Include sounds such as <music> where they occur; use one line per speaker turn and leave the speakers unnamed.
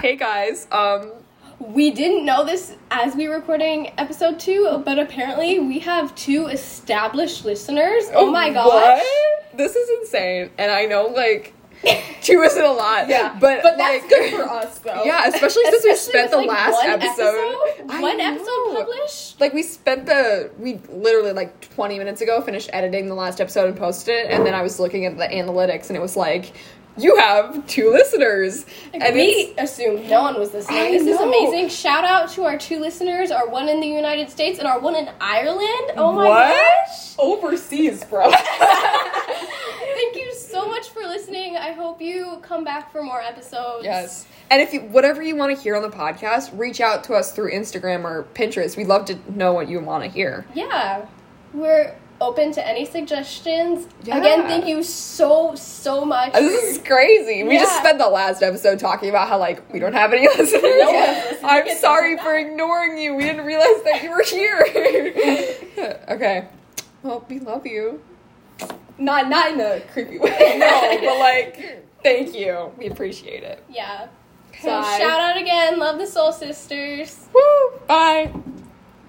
Hey guys, um,
We didn't know this as we were recording episode two, but apparently we have two established listeners. Oh my gosh.
what? This is insane, and I know like <laughs> two isn't a lot,
<laughs>
but,
but
like,
that's good for us though.
yeah, especially since we spent
with,
the
like,
last
one
episode, I
one
know.
episode
<laughs>
published.
Like we spent the we literally like 20 minutes ago finished editing the last episode and posted it, and then I was looking at the analytics and it was like, you have two listeners, and it's-
we assumed no one was listening.
I
this is
know.
amazing. Shout out to our two listeners, our one in the United States and our one in Ireland. Oh my
What?
gosh. <laughs>
Overseas, bro.
Thank you so much for listening. I hope you come back for more
<laughs>
episodes.
Yes. And if you whatever you want to hear on the podcast, reach out to us through Instagram or Pinterest. We'd love to know what you want to hear.
Yeah. We're open to any suggestions.
Yeah.
Again, thank you so so
<laughs>
much.
This is crazy. We just
Yeah.
spent the last episode talking about how like we don't have any <laughs> listeners.
listeners.
I'm sorry for ignoring you. We didn't realize that you were here. <laughs> okay. Well, we love you.
not not in a creepy way.
<laughs> No,
<laughs>
but like thank you. We appreciate it.
yeah. So
Bye.
shout out again, love the Soul Sisters.
Woo! Bye.